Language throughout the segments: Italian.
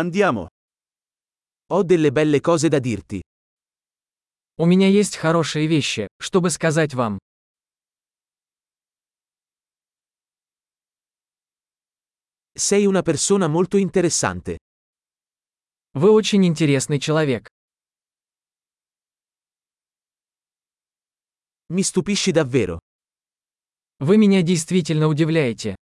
Andiamo. Ho delle belle cose da dirti. У меня есть хорошие вещи, чтобы сказать вам. Sei una persona molto interessante. Вы очень интересный человек. Mi stupisci davvero. Вы меня действительно удивляете.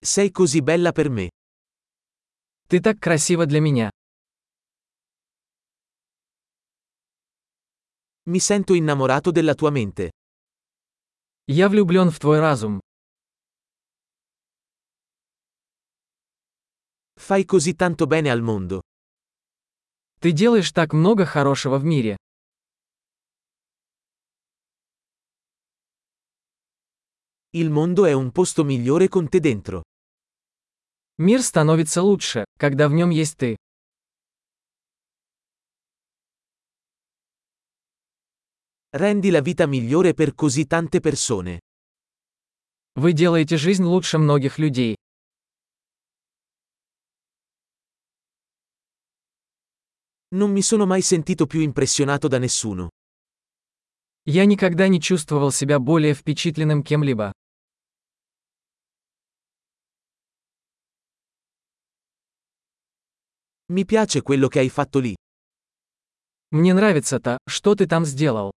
Sei così bella per me. Ты так красива для меня. Mi sento innamorato della tua mente. Я влюблен в твой разум. Fai così tanto bene al mondo. Ты делаешь так много хорошего в мире. Il mondo è un posto migliore con te dentro. Мир становится лучше, когда в нем есть ты. Rendi la vita migliore per così tante persone. Вы делаете жизнь лучше многих людей. Non mi sono mai sentito più impressionato da nessuno. Я никогда не чувствовал себя более впечатленным кем-либо. Mi piace quello che hai fatto lì. Мне нравится то, что ты там сделал.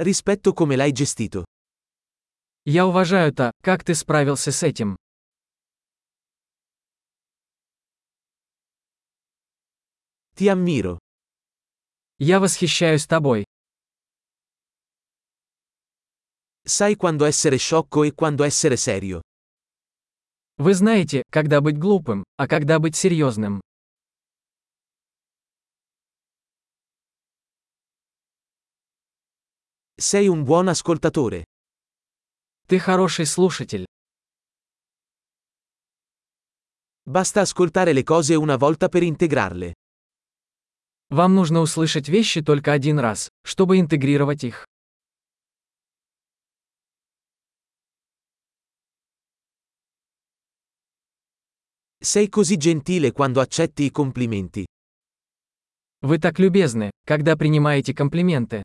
Rispetto come l'hai gestito. Я уважаю то, как ты справился с этим. Ti ammiro. Я восхищаюсь тобой. Sai quando essere sciocco e quando essere serio. Вы знаете, когда быть глупым, а когда быть серьезным. Sei un buon ascoltatore. Ты хороший слушатель. Basta ascoltare le cose una volta per integrarle. Вам нужно услышать вещи только один раз, чтобы интегрировать их. Sei così gentile quando accetti i complimenti. Вы так любезны, когда принимаете комплименты.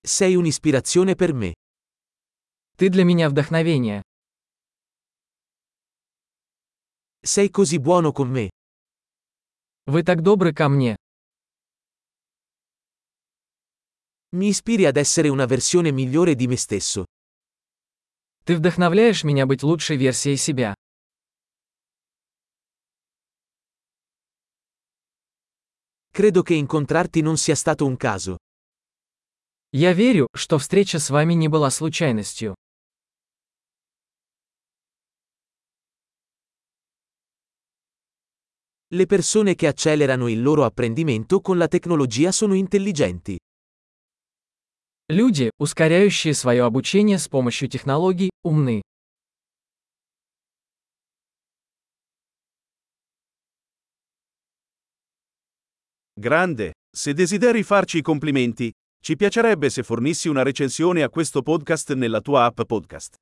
Sei un'ispirazione per me. Ты для меня вдохновение. Sei così buono con me. Вы так добры ко мне. Mi ispiri ad essere una versione migliore di me stesso. Ты вдохновляешь меня быть лучшей версией себя. Credo che incontrarti non sia stato un caso. Я верю, что встреча с вами не была случайностью. Le persone che accelerano il loro apprendimento con la tecnologia sono intelligenti. Люди, ускоряющие свое обучение с помощью технологий, умны. Grande, se desideri farci i complimenti, ci piacerebbe se fornissi una recensione a questo podcast nella tua app podcast.